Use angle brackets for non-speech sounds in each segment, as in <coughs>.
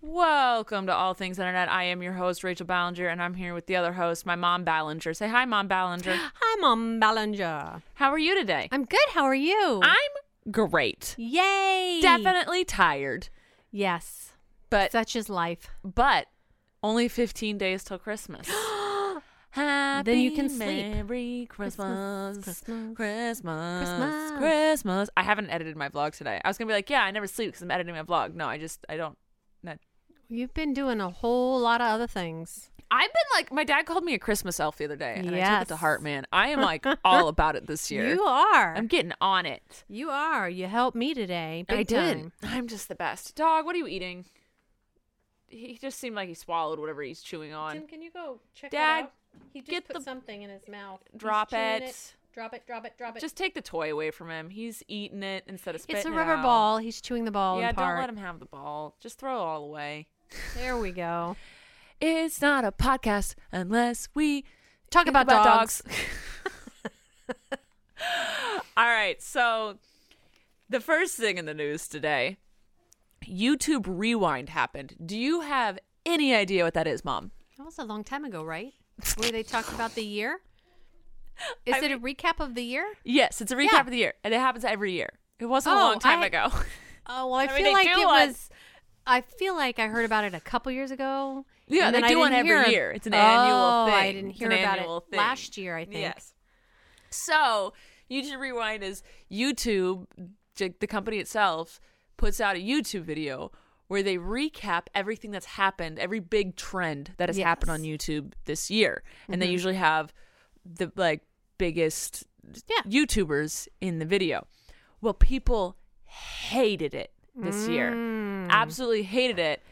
Welcome to All Things Internet. I am your host, Rachel Ballinger, and I'm here with the other host, my mom, Ballinger. Say hi, mom, <gasps> Ballinger. Hi, Mom Ballinger. How are you today? I'm good. How are you? I'm great. Yay! Definitely tired, Yes. but Such is life. but only 15 days till <gasps> Christmas. Happy Then you can sleep. Merry Christmas. Christmas. Christmas, Christmas. Christmas. Christmas. I haven't edited my vlog today. I was going to be like, yeah, I never sleep because I'm editing my vlog. No, I just, I don't. Not. You've been doing a whole lot of other things. I've been like, my dad called me a Christmas elf the other day, and I took it to Yes. heart, man. I <laughs> am like all about it this year. You are. I'm getting on it. you are. You helped me today. Big I did. time. I'm just the best. Dog, what are you eating? He just seemed like he swallowed whatever he's chewing on. can you go check Dad, He just get put the- something in his mouth. He's Drop chewing it. Drop it. Drop it. Drop it. Just take the toy away from him. He's eating it instead of spitting it's a it rubber out. ball. He's chewing the ball Yeah, in part. don't let him have the ball. Just throw it all away. There we go. It's not a podcast unless we Talk about, dogs. <laughs> all right, so the first thing in the news today, YouTube Rewind happened. Do you have any idea what that is, Mom? That was a long time ago, <laughs> right? Where they talked about the year. Is I it a recap of the year? Yes, it's a recap Yeah. of the year, and it happens every year. It wasn't a Oh, long time I- ago. <laughs> Oh well, I, mean, feel they like do it one- was. I feel like I heard about it a couple years ago. Yeah, and they then I do one didn't every hear- year. It's an oh, annual I thing. didn't It's hear an about annual it thing. last year. I think. Yes. So YouTube Rewind is YouTube, j- the company itself, puts out a YouTube video where they recap everything that's happened, every big trend that has happened on YouTube this year, and Mm-hmm. they usually have the like biggest Yeah. YouTubers in the video. Well, people hated it this Mm. year, absolutely hated it,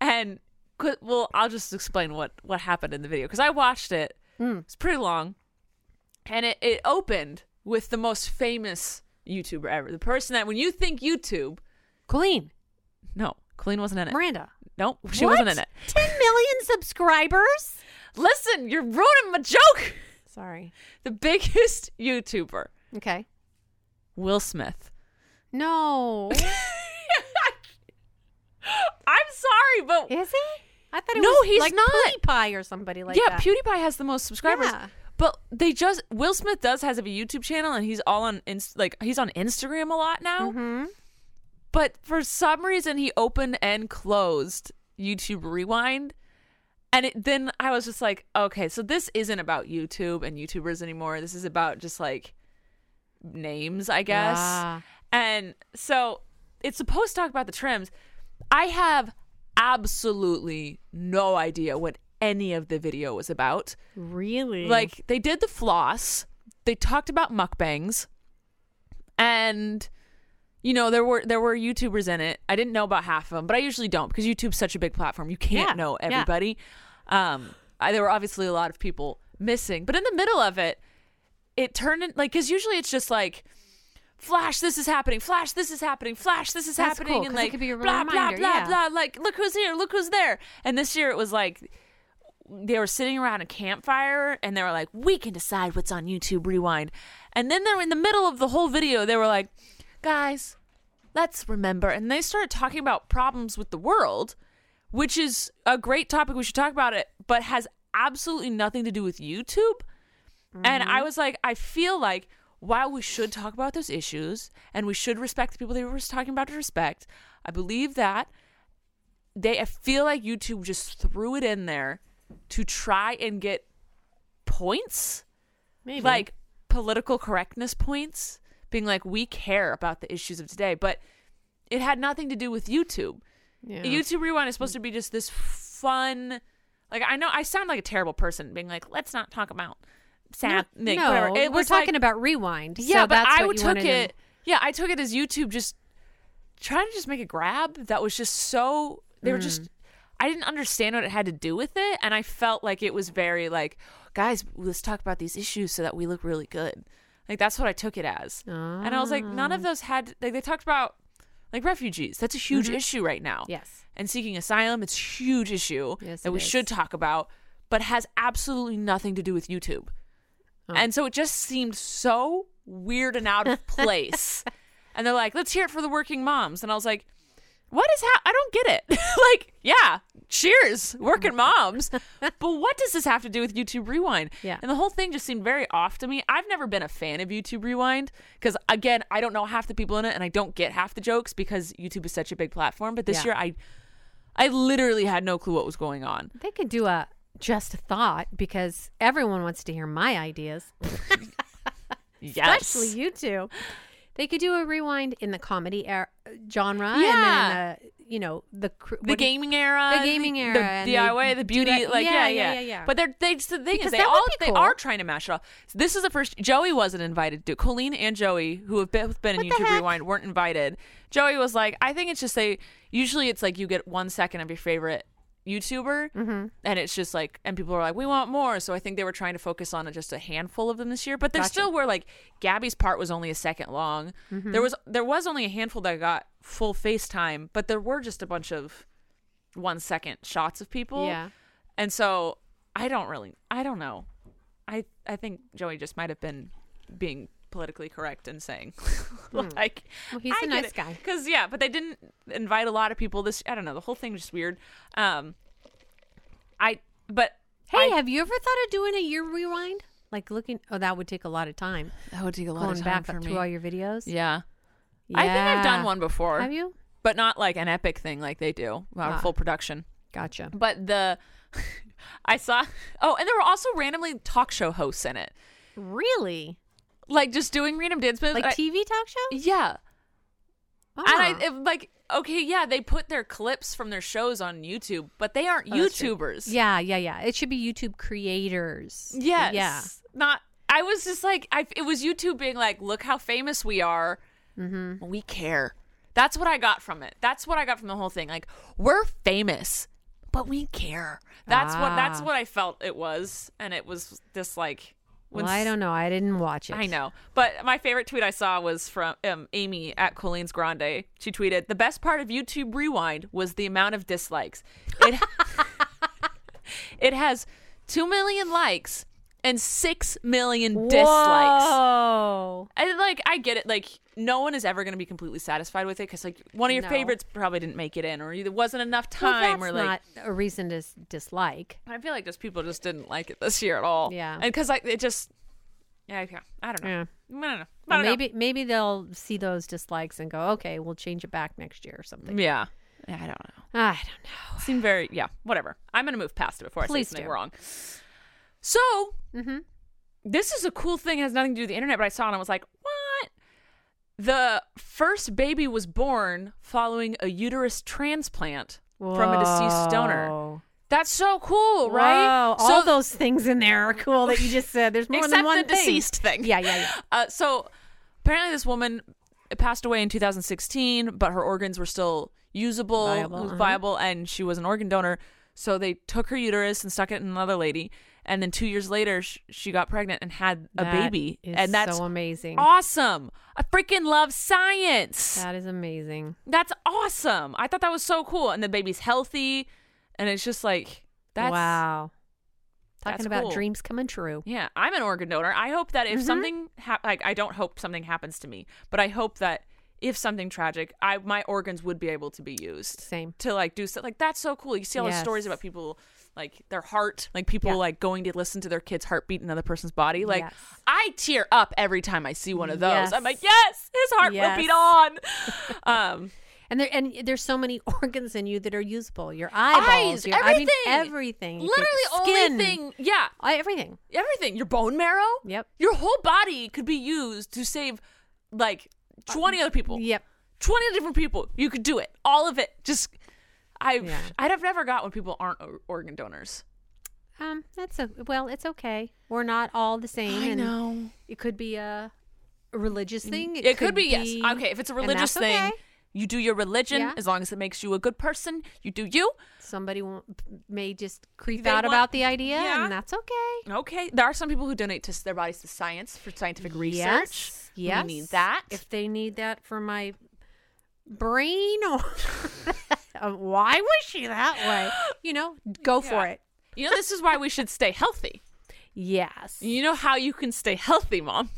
and qu- well, I'll just explain what what happened in the video because I watched it. Mm. It's pretty long and it, it opened with the most famous YouTuber ever. The person that when you think YouTube, <laughs> Colleen, no, Colleen wasn't in it. Miranda. Nope, she What? wasn't in <laughs> it. Ten million subscribers. Listen, you're ruining my joke. Sorry. The biggest <laughs> YouTuber, Okay. Will Smith. No. <laughs> I'm sorry, but Is he? I thought it No, was he's like not. PewDiePie or somebody like yeah, that. PewDiePie has the most subscribers. Yeah. But they just Will Smith does has a YouTube channel and he's all on Inst- like he's on Instagram a lot now. hmm but for some reason he opened and closed YouTube Rewind. And it, then I was just like, okay, so this isn't about YouTube and YouTubers anymore. This is about just like names, I guess. Ah. And so it's supposed to talk about the trims. I have absolutely no idea what any of the video was about. Really? Like they did the floss. They talked about mukbangs, and you know there were there were YouTubers in it. I didn't know about half of them, but I usually don't because YouTube's such a big platform. You can't Yeah, know yeah. everybody. Um, I, there were obviously a lot of people missing, but in the middle of it, it turned in, like because usually it's just like. Flash, this is happening. Flash, this is happening. Flash, this is That's happening. and cool, 'cause it like could be a blah blah reminder, blah yeah. blah. Like look who's here, look who's there. And this year it was like they were sitting around a campfire and they were like, we can decide what's on YouTube Rewind. And then they're in the middle of the whole video, they were like, guys, let's remember. And they started talking about problems with the world, which is a great topic. We should talk about it, but has absolutely nothing to do with YouTube. And I was like, I feel like while we should talk about those issues and we should respect the people that we were talking about to respect, I believe that they I feel like YouTube just threw it in there to try and get points, Maybe. like political correctness points, being like we care about the issues of today, but it had nothing to do with YouTube. Yeah. YouTube Rewind is supposed to be just this fun like I know I sound like a terrible person being like let's not talk about sad No, like, whatever. It we're was talking like- about rewind. yeah, so but that's I what you took wanted to- it. Yeah, I took it Mm. as YouTube just trying to just make a grab that was just so they were just. I didn't understand what it had to do with it, and I felt like it was very like, guys, let's talk about these issues so that we look really good. Like that's what I took it as, and I was like, none Ah. of those had like they talked about like refugees. That's a huge issue right now. Mm-hmm. Yes. and seeking asylum, it's a huge issue Yes, that it we is. should talk about, but has absolutely nothing to do with YouTube. Oh. And so it just seemed so weird and out <laughs> of place. and they're like, let's hear it for the working moms. And I was like, what is how? I don't get it. <laughs> like, yeah, cheers, working moms. but what does this have to do with YouTube Rewind? Yeah. And the whole thing just seemed very off to me. I've never been a fan of YouTube Rewind because, again, I don't know half the people in it and I don't get half the jokes because YouTube is such a big platform. But this Yeah. year, I. I literally had no clue what was going on. They could do a just a thought because everyone wants to hear my ideas, Yes. especially you two. They could do a rewind in the comedy er- genre, Yeah. and then in the you know the cr- the what do you- gaming era, the gaming era, the and they DIY, the do beauty, that- like yeah, yeah, yeah, yeah, yeah, yeah. But they're they just the thing Because is they that would all be they cool. are trying to mash it all. This is the first Joey wasn't invited to. Colleen and Joey, who have both been in What the YouTube heck? Rewind, weren't invited. Joey was like, I think it's just they usually it's like you get one second of your favorite YouTuber, Mm-hmm. and it's just like, and people are like, we want more. So I think they were trying to focus on just a handful of them this year. But there still were like Gabby's part was only a second long. Mm-hmm. There was there was only a handful that got full FaceTime, but there were just a bunch of one second shots of people. Yeah. And so I don't really I don't know. I I think Joey just might have been being politically correct and saying <laughs> like Hmm. Well, he's a a nice guy. Cuz yeah, but they didn't invite a lot of people this I don't know, the whole thing's just weird. Um I but Hey, I- have you ever thought of doing a year rewind? Like looking, oh, that would take a lot of time. that would take a lot Going back up to all your videos. yeah. I think I've done Yeah. one before, Have you? but not like an epic thing like they do, wow, Ah. full production. Gotcha. But the <laughs> I saw oh, and there were also randomly talk show hosts in it. Really? Like just doing random dance moves. Like I- TV talk show? yeah. Oh. And I it, like okay, yeah, they put their clips from their shows on YouTube, but they aren't YouTubers. Oh, yeah, yeah, yeah. It should be YouTube creators. Yes. Yeah. Not I was just like I it was YouTube being like, look how famous we are. Mm-hmm. We care. That's what I got from it. That's what I got from the whole thing. Like we're famous, but we care. That's what that's Ah. what I felt it was, and it was just like when Well, I don't know. I didn't watch it. I know. But my favorite tweet I saw was from um, Amy at Colleen's Grande. She tweeted, "The best part of YouTube Rewind was the amount of dislikes. It <laughs> it has two million likes and six million dislikes. Whoa. And like, I get it. Like, no one is ever going to be completely satisfied with it because like one of your No. favorites probably didn't make it in, or there wasn't enough Well, time, that's or like." not a reason to s- dislike. I feel like just people just didn't like it this year at all. Yeah. and because like it just, yeah, yeah, I don't know. Yeah. I don't know. I Well, don't know. maybe maybe they'll see those dislikes and go, okay, we'll change it back next year or something. Yeah. I don't know. <sighs> I don't know. Seemed very yeah, whatever. I'm gonna move past it before I Please say something do. Mm-hmm. wrong. So this is a cool thing, it has nothing to do with the internet, but I saw it and I was like, what? The first baby was born following a uterus transplant from a deceased donor. Whoa. That's so cool, Whoa, right? all so those things in there are cool that you just said. There's more except than one the thing. deceased thing. Yeah, yeah, yeah. Uh, so apparently, this woman passed away in 2016, but her organs were still usable, Viable, viable, uh-huh. viable and she was an organ donor. So they took her uterus and stuck it in another lady, and then two years later, sh- she got pregnant and had a That baby, is and that's so amazing. awesome. I freaking love science. That is amazing. that's awesome. I thought that was so cool, and the baby's healthy, and it's just like that's wow. Talking that's about cool. dreams coming true. Yeah, I'm an organ donor. I hope that Mm-hmm. if something hap- like I don't hope something happens to me, but I hope that if something tragic, I my organs would be able to be used Same. to like do stuff. Like that's so cool. You see all the stories Yes. about people like their heart, like people Yeah. like going to listen to their kid's heartbeat in another person's body. Like Yes. I tear up every time I see one of those. Yes. I'm like, yes, his heart will Yes. beat on. <laughs> um, And there and there's so many <laughs> organs in you that are useful. Your eyeballs, Eyes, your everything. I mean, everything. You could- literally, skin, only thing. Yeah, I- everything. everything. Your bone marrow. Yep. Your whole body could be used to save like Uh, 20 other people. Yep. 20 different people. You could do it. All of it. Just I Yeah. I'd have never got when people aren't o- organ donors. Um, that's a well, it's okay. We're not all the same. and It could be a religious thing. Mm, It, could, be, yes. Okay, if it's a and religious that's thing, okay. You do your religion Yeah. as long as it makes you a good person. You do you. Somebody won't, may just creep They out want- about the idea, Yeah. and that's okay. Okay. There are some people who donate to their bodies to science for scientific research. Yes, yes. We need that. If they need that for my brain, or <laughs> Uh, why was she that <gasps> way? You know, go for Yeah. it. you know, this is why we should stay healthy. Yes. You know how you can stay healthy, mom?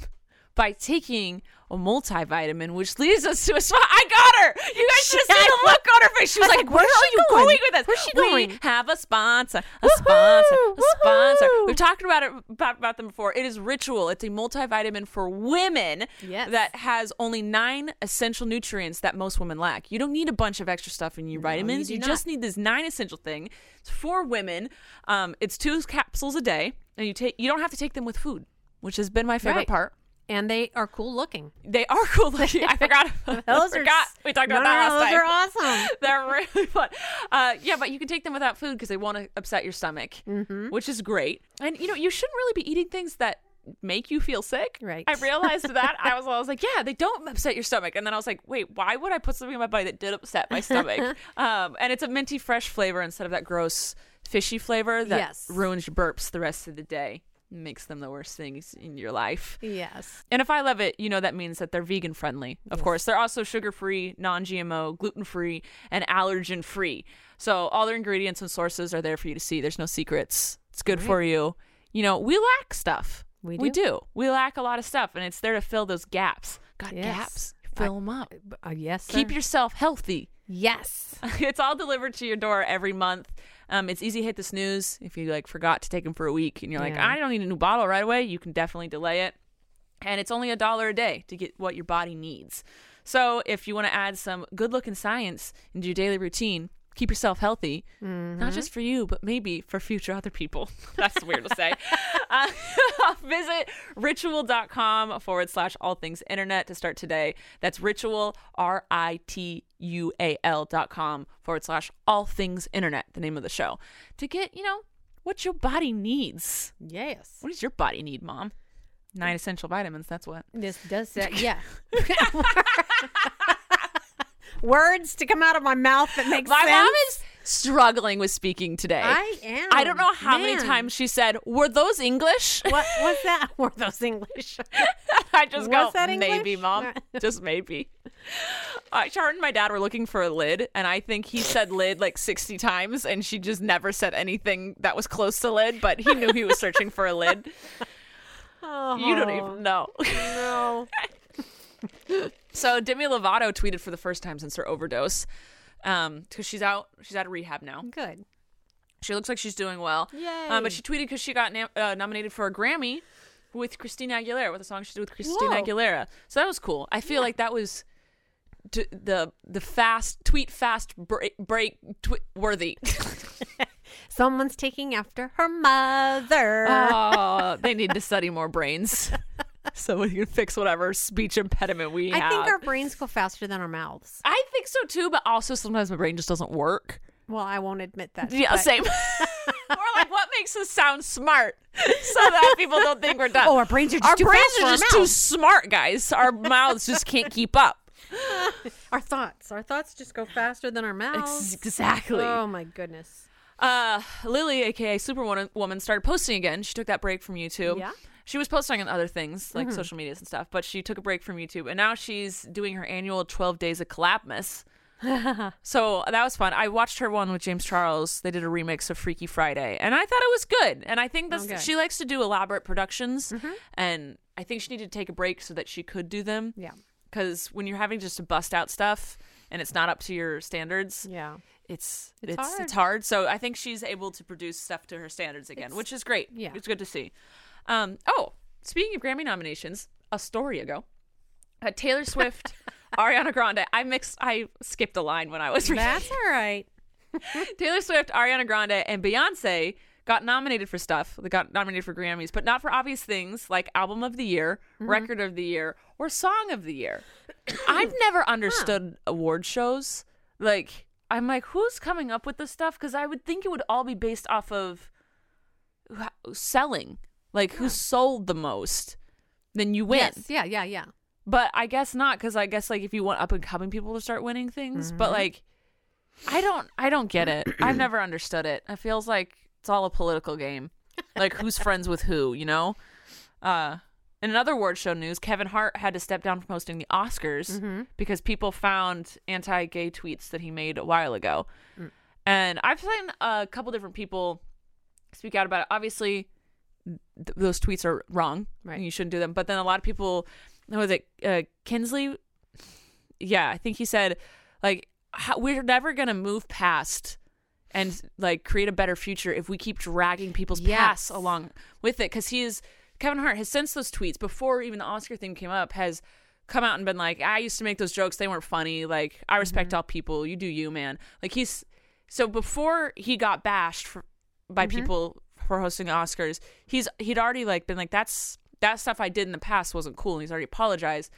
By taking a multivitamin, which leads us to a spot. I got her. You guys should have seen the look on her face. She was I was like, like, "Where where's are she you going? going? with this? Where's she We going?" have a sponsor. A sponsor. A sponsor. Woohoo! We've talked about it about, about them before. It is Ritual. It's a multivitamin for women Yes. that has only nine essential nutrients that most women lack. You don't need a bunch of extra stuff in your vitamins. do You, just not. need this nine essential thing. It's for women. Um, it's two capsules a day, and you take. You don't have to take them with food, which has been my favorite Right. part. And they are cool looking. They are cool looking. I forgot. <laughs> I <laughs> Those are forgot. s- We talked No, about that no, last time. Those <laughs> They're are awesome. really fun. Uh, yeah, but you can take them without food because they won't uh, upset your stomach, Mm-hmm. which is great. And you know, you shouldn't really be eating things that make you feel sick. Right. I realized <laughs> that. I was, I was like, yeah, they don't upset your stomach. And then I was like, wait, why would I put something in my body that did upset my <laughs> stomach? um, and it's a minty fresh flavor instead of that gross fishy flavor that Yes. ruins your burps the rest of the day. Makes them the worst things in your life. Yes. And if I love it, you know that means that they're vegan friendly. Of course, they're also sugar free, non GMO, gluten free, and allergen free. So all their ingredients and sources are there for you to see. There's no secrets. It's good for you. You know, we lack stuff. We We do. do. We lack a lot of stuff, and it's there to fill those gaps. Got Yes. gaps. Fill them up. Uh, yes. Keep sir. yourself healthy. <laughs> Yes. it's all delivered to your door every month. Um, it's easy to hit the snooze if you like forgot to take them for a week and you're like, Yeah. I don't need a new bottle right away. You can definitely delay it, and it's only a dollar a day to get what your body needs. So if you want to add some good looking science into your daily routine, keep yourself healthy, not just for you, but maybe for future other people. <laughs> That's weird to say. <laughs> Uh, visit ritual.com forward slash all things internet to start today. That's ritual, R I T U A L dot com forward slash all things internet, the name of the show, to get, you know, what your body needs. Yes. What does your body need, mom? Nine essential vitamins, that's what. This does <laughs> that. Yeah. <laughs> Words to come out of my mouth that makes My sense. mom is struggling with speaking today. I am. I don't know how many Man. times she said, Were those English? <laughs> What was that? <laughs> Were those English? I just go, Was that maybe, English?" mom. <laughs> just maybe. Uh, Sharon and my dad were looking for a lid, and I think he said lid like 60 times, and she just never said anything that was close to lid, but he knew he was searching for a <laughs> lid. Oh, You don't even know. know. so Demi Lovato tweeted for the first time since her overdose. Um, because she's out, she's out of rehab now. Good. She looks like she's doing well. Yay. Um, but she tweeted because she got nam uh, nominated for a Grammy with Christina Aguilera with a song she did with Christina Whoa. Aguilera. So that was cool. I feel like that was t- the the fast tweet fast break, break twi- worthy. Someone's taking after her mother. oh, <laughs> they need to study more brains <laughs> so we can fix whatever speech impediment we I have. think our brains go faster than our mouths. I think so too, but also sometimes my brain just doesn't work. Well, I won't admit that. Yeah, but- <laughs> same. we're like, what makes us sound smart so that people don't think we're dumb? Oh, our brains are just our too brains fast for are our just too mouths. smart, guys. Our mouths just can't keep up. Our thoughts. Our thoughts just go faster than our mouths. Exactly. Oh my goodness. Uh, Lily, aka Superwoman, woman, started posting again. She took that break from YouTube. Yeah. Mm-hmm. She was posting on other things like social medias and stuff, but she took a break from YouTube, and now she's doing her annual 12 Days of <laughs> Collapmus. so that was fun. I watched her one with James Charles. They did a remix of Freaky Friday, and I thought it was good. And I think that's Okay. Mm-hmm. she likes to do elaborate productions, and I think she needed to take a break so that she could do them. Yeah. because when you're having just to bust out stuff and it's not up to your standards, Yeah. it's It's it's it's hard. So I think she's able to produce stuff to her standards again, which is great. yeah. it's good to see. Um, oh, speaking of Grammy nominations, a story ago, uh, Taylor <laughs> Swift, Ariana Grande. I mixed, I skipped a line when I was reading. That's all right. Taylor Swift, Ariana Grande, and Beyonce got nominated for stuff. They got nominated for Grammys, but not for obvious things like album of the year, record of the year, or song of the year. I've never understood award shows. Like, I'm like, who's coming up with this stuff? Because I would think it would all be based off of wh- selling, like who sold the most, then you win. Yes. Yeah. Yeah. Yeah. But I guess not because I guess like if you want up and coming people to start winning things, but like I don't I don't get it. I've never understood it. It feels like it's all a political game. Like who's friends with who, you know? Uh in another award show news, Kevin Hart had to step down from hosting the Oscars because people found anti-gay tweets that he made a while ago. And I've seen a couple different people speak out about it. Obviously, th- those tweets are wrong. Right. and You shouldn't do them. But then a lot of people, who was it? Uh, Kinsley? Yeah, I think he said, like, how, we're never going to move past and, like, create a better future if we keep dragging people's Yes. past along with it. Because he is, Kevin Hart has since those tweets, before even the Oscar thing came up, has come out and been like, I used to make those jokes. They weren't funny. Like, I Mm-hmm. respect all people. You do you, man. Like, he's, so before he got bashed for, by Mm-hmm. people for hosting the Oscars, he's he'd already like been like that's that stuff I did in the past wasn't cool, and he's already apologized,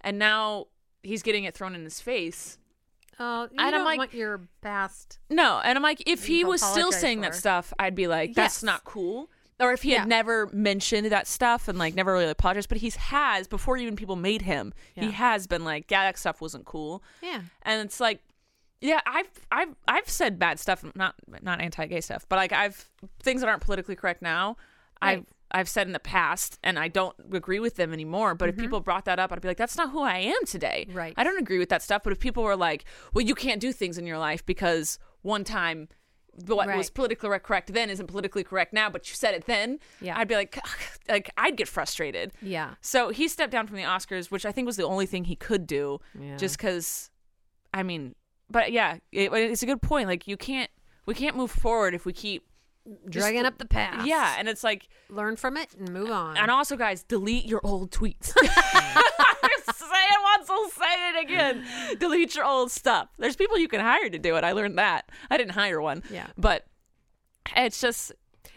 and now he's getting it thrown in his face. Oh, you And I'm don't like- want your best. No, and I'm like, if he You've was still apologized saying that for. stuff, I'd be like, that's Yes. not cool. Or if he Yeah. had never mentioned that stuff and like never really apologized, but he's has before even people made him, Yeah. he has been like, yeah, that stuff wasn't cool. Yeah. and it's like yeah i've i've i've said bad stuff not not anti-gay stuff but like i've things that aren't politically correct now i've Right. i've said in the past and i don't agree with them anymore but if people brought that up i'd be like that's not who i am today Mm-hmm. Right. i don't agree with that stuff but if people were like well you can't do things in your life because one time what was Right. politically correct then isn't politically correct now but you said it then Yeah. i'd be like like i'd get frustrated Yeah. so he stepped down from the Oscars, which I think was the only thing he could do, Yeah. just because. I mean, but yeah, it, it's a good point. Like you can't, we can't move forward if we keep. Dragging up the past. Yeah, and it's like, Learn from it and move on. and also, guys, delete your old <laughs> tweets. say it once, I'll say it again. delete your old stuff. There's people you can hire to do it. I learned that. I didn't hire one. Yeah. but it's just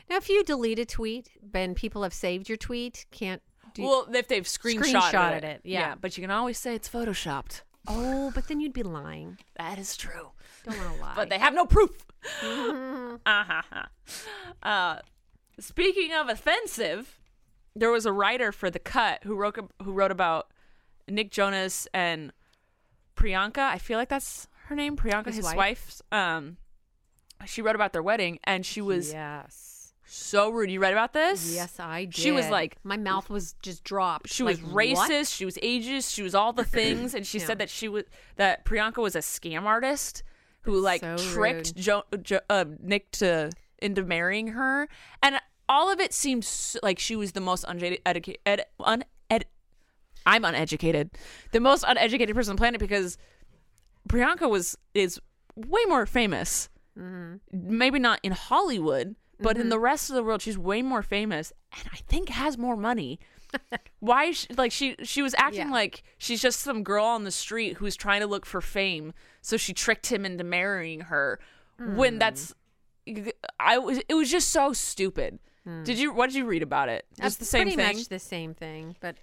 Now, if you delete a tweet, then people have saved your tweet. Can't do. well if they've screenshotted, Screenshotted it. it, yeah. but you can always say it's photoshopped. oh, but then you'd be lying. That is true. Don't want to lie. but they have no proof. Mm-hmm. <laughs> Ah-ha-ha. uh, speaking of offensive, there was a writer for The Cut who wrote who wrote about Nick Jonas and Priyanka. I feel like that's her name, Priyanka, his, His wife? wife's. Um, she wrote about their wedding, and she was yes, so rude. You read about this? yes, I did. She was like- my mouth was just dropped. She was Like, racist. what? She was ageist. She was all <clears throat> the things, and she Yeah. said that she was that Priyanka was a scam artist who like so tricked rude. jo- jo- uh, Nick to into marrying her, and all of it seemed s like she was the most uneducated. Ed- uned- I'm uneducated, the most uneducated person on the planet because Priyanka was is way more famous. Maybe not in Hollywood, but Mm-hmm. in the rest of the world, she's way more famous, and I think has more <laughs> money. Why? Is she, like she she was acting Yeah. like she's just some girl on the street who's trying to look for fame, so she tricked him into marrying her. Hmm. When that's, I was it was just so stupid. Did you what did you read about it? Just Hmm. That's the same pretty thing. much the same thing. But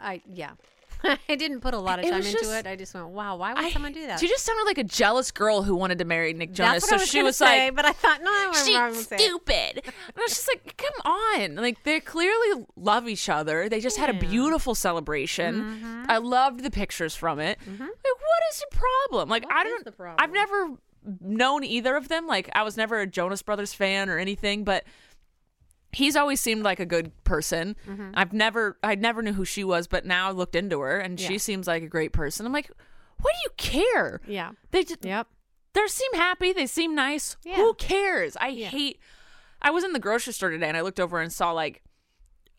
I, yeah, <laughs> I didn't put a lot of It time was into just- it. I just went, wow, why would someone do that? She just sounded like a jealous girl who wanted to marry Nick Jonas. That's what so I was she gonna was say, like, but I thought, no, I'm wrong she's with it. stupid. And I was just like, come on. Like, they clearly love each other. They just had a beautiful celebration. Mm-hmm. I loved the pictures from it. Like, what is the problem? Like, I is don't, the problem? I've never known either of them. Like, I was never a Jonas Brothers fan or anything, but he's always seemed like a good person. Mm-hmm. I've never, I never knew who she was, but now I looked into her and she Yeah. seems like a great person. I'm like, what do you care? Yeah. They just, Yep. they seem happy. They seem nice. Yeah. Who cares? I hate. I was in the grocery store today and I looked over and saw like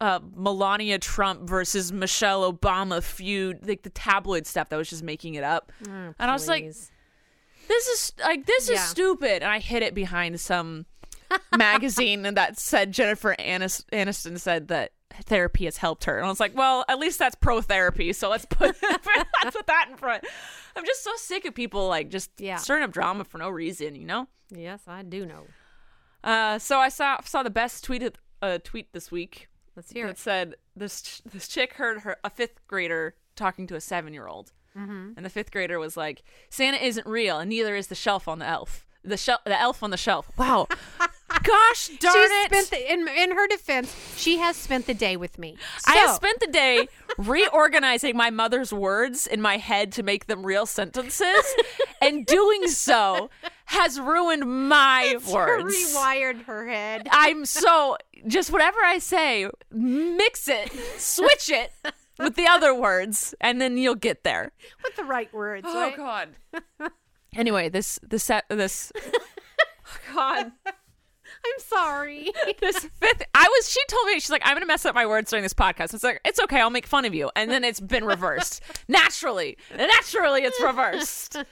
uh, Melania Trump versus Michelle Obama feud, like the tabloid stuff that was just making it up. and I was like, Please. this is like this Yeah. is stupid. And I hid it behind some <laughs> magazine and that said Jennifer Anis- Aniston said that therapy has helped her. And I was like, well, at least that's pro therapy. So let's put <laughs> let's put that in front. I'm just so sick of people like just Yeah. stirring up drama for no reason, you know. yes, I do know. Uh, so I saw saw the best tweeted uh, tweet this week. Let's hear It it. said this ch- this chick heard her a fifth grader talking to a seven year old, and the fifth grader was like, "Santa isn't real, and neither is the shelf on the elf. The shelf, the elf on the shelf. Wow, gosh darn She it! spent the, in in her defense, she has spent the day with me. I have So- spent the day reorganizing my mother's words in my head to make them real sentences, and doing so has ruined my words. Rewired her <laughs> head. I'm so just whatever I say, mix it, switch it with the other words, and then you'll get there. With the right words. right? Oh, God. Anyway, this this set this. Oh <laughs> God, I'm sorry. <laughs> this fifth. I was. She told me she's like, I'm gonna mess up my words during this podcast. It's like it's okay. I'll make fun of you, and then it's been reversed naturally. Naturally, it's reversed.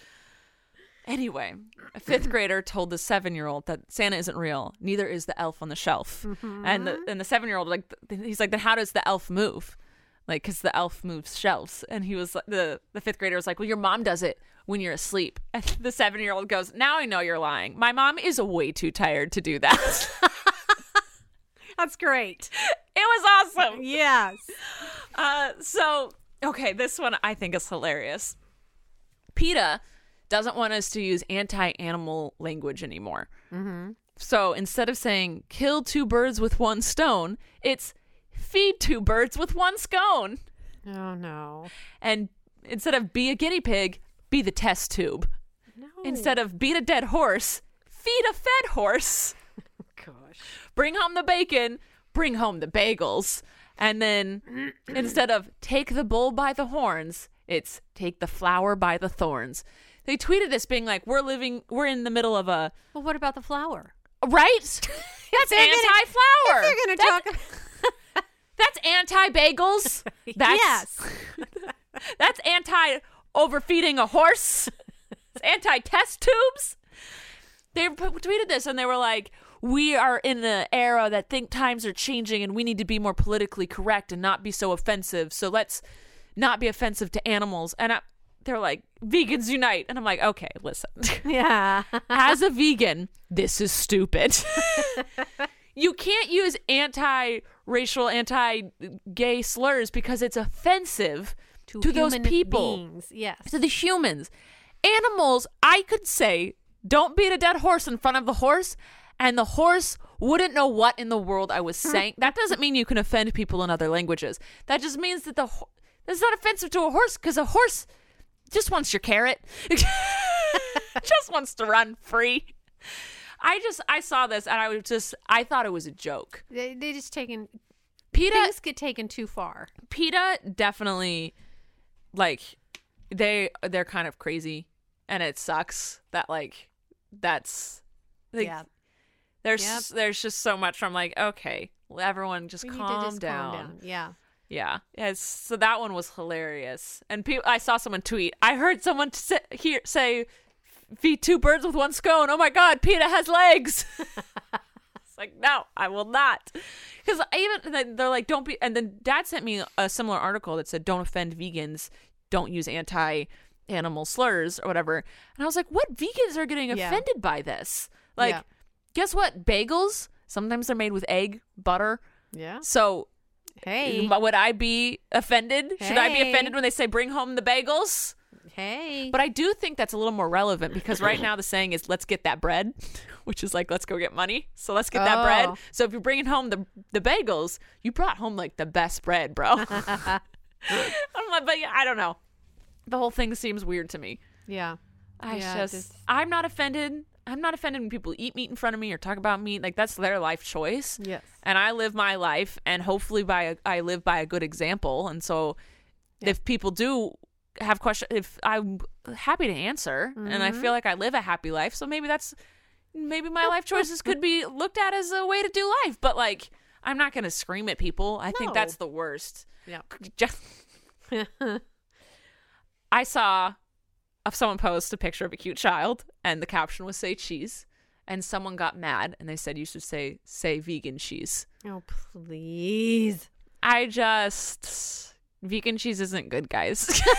Anyway, a fifth grader told the seven-year-old that Santa isn't real. Neither is the elf on the shelf. And the and the seven-year-old like th- he's like, then how does the elf move? Like, cause the elf moves shelves. And he was like, the the fifth grader was like, well, your mom does it when you're asleep. And the seven-year-old goes, now I know you're lying. My mom is way too tired to do that. <laughs> That's great. it was awesome. Yes. Uh, so, okay, this one I think is hilarious. PETA doesn't want us to use anti animal language anymore. Mm-hmm. So instead of saying kill two birds with one stone, it's feed two birds with one scone. Oh no. And instead of be a guinea pig, be the test tube. No. Instead of beat a dead horse, feed a fed horse gosh. bring home the bacon, bring home the bagels. And <clears throat> then instead of take the bull by the horns, it's take the flower by the thorns. They tweeted this being like, we're living, we're in the middle of a, Well, what about the flower? <laughs> right? That's they're gonna- anti flower. They're going to That's, <laughs> talk. that's anti bagels. That's, <laughs> yes. That's anti overfeeding a horse. <laughs> It's anti test tubes. They p- tweeted this and they were like, "We are in the era that think times are changing and we need to be more politically correct and not be so offensive. So let's not be offensive to animals." And I, they're like, "Vegans unite!" And I'm like, "Okay, listen." <laughs> <laughs> Yeah. as a vegan, this is stupid. <laughs> you can't use anti racial, anti gay slurs because it's offensive to, those human people, Beings. Yes. to the humans. Animals, I could say, don't beat a dead horse in front of the horse, and the horse wouldn't know what in the world I was saying. that doesn't mean you can offend people in other languages. That just means that the ho- that's not offensive to a horse because a horse just wants your carrot. <laughs> just wants to run free. I just I saw this and I was just I thought it was a joke. They, they just taken PETA things get taken too far. PETA definitely like they they're kind of crazy and it sucks that like that's like yeah. there's there's just so much from like okay well, everyone just, We need to calm, just down. calm down. Yeah. yeah Yes, so that one was hilarious and people I saw someone tweet I heard someone say, here say feed two birds with one scone oh my god PETA has legs <laughs> It's like, no, I will not. Because even then they're like, don't be. And then dad sent me a similar article that said, don't offend vegans, don't use anti animal slurs or whatever. And I was like, what vegans are getting Yeah. offended by this? Like, Yeah. guess what? Bagels, sometimes they're made with egg, butter. Yeah. So Hey. would I be offended? Should I be Hey. offended when they say, bring home the bagels? Hey. But I do think that's a little more relevant because right now the saying is "let's get that bread," <laughs> which is like let's go get money. So let's get that Oh. bread. So if you're bringing home the the bagels, you brought home like the best bread, <laughs> bro. <laughs> I'm like, but yeah, I don't know. The whole thing seems weird to me. yeah. I Yeah, it just, just- I'm not offended. I'm not offended when people eat meat in front of me or talk about meat. Like that's their life choice. Yes. And I live my life, and hopefully by a, I live by a good example. And so, if people do have questions, if I'm happy to answer, and Mm-hmm. I feel like I live a happy life, so maybe that's maybe my life choices could <laughs> be looked at as a way to do life. But like, I'm not gonna scream at people. I think No. that's the worst. Yeah. <laughs> Just I saw of someone post a picture of a cute child and the caption was say cheese and someone got mad and they said you should say say vegan cheese. oh please. I just vegan cheese isn't good, guys. <laughs>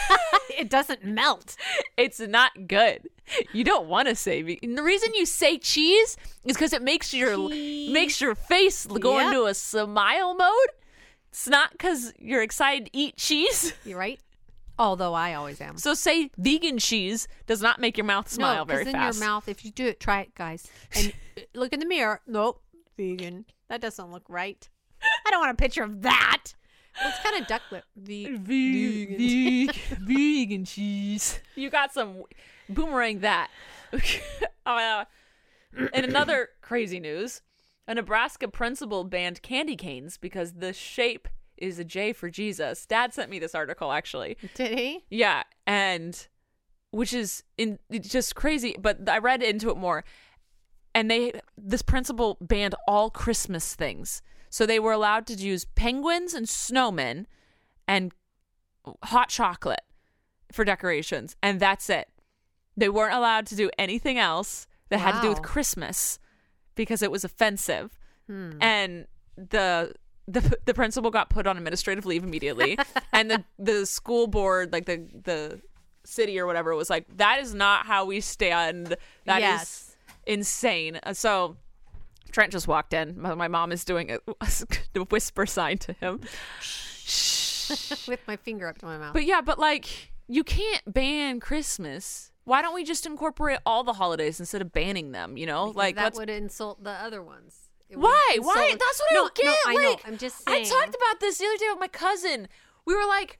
It doesn't melt. it's not good. You don't want to say vegan. The reason you say cheese is because it makes your Cheese. makes your face go Yep. into a smile mode. It's not because you're excited to eat cheese. <laughs> You right? Although I always am. So say vegan cheese does not make your mouth smile no, 'cause very in fast. your mouth. If you do it, try it, guys. And <laughs> look in the mirror. Nope, vegan. That doesn't look right. I don't want a picture of that. It's kind of duck lip. The Vegan, vegan, <laughs> vegan cheese. You got some boomerang that. <laughs> uh, and another crazy news: a Nebraska principal banned candy canes because the shape is a J for Jesus. Dad sent me this article actually. <laughs> did he? Yeah, and which is in it's just crazy. But I read into it more, and they this principal banned all Christmas things, so they were allowed to use penguins and snowmen, and hot chocolate for decorations, and that's it. They weren't allowed to do anything else that had to do with Wow. Christmas because it was offensive, Mm. and the. The, <laughs> the principal got put on administrative leave <laughs> immediately and the, the school board like the the city or whatever was like that is not how we stand That is Yes. insane Uh, so Trent just walked in my, my mom is doing a, <laughs> a whisper sign to him <laughs> With my finger up to my mouth. But yeah, but like you can't ban Christmas. Why don't we just incorporate all the holidays instead of banning them? You know, Because like that let's- would insult the other ones. It would why? Why? insult- That's what I No, don't get. No, I know. like, I'm just I saying. talked about this the other day with my cousin. We were like,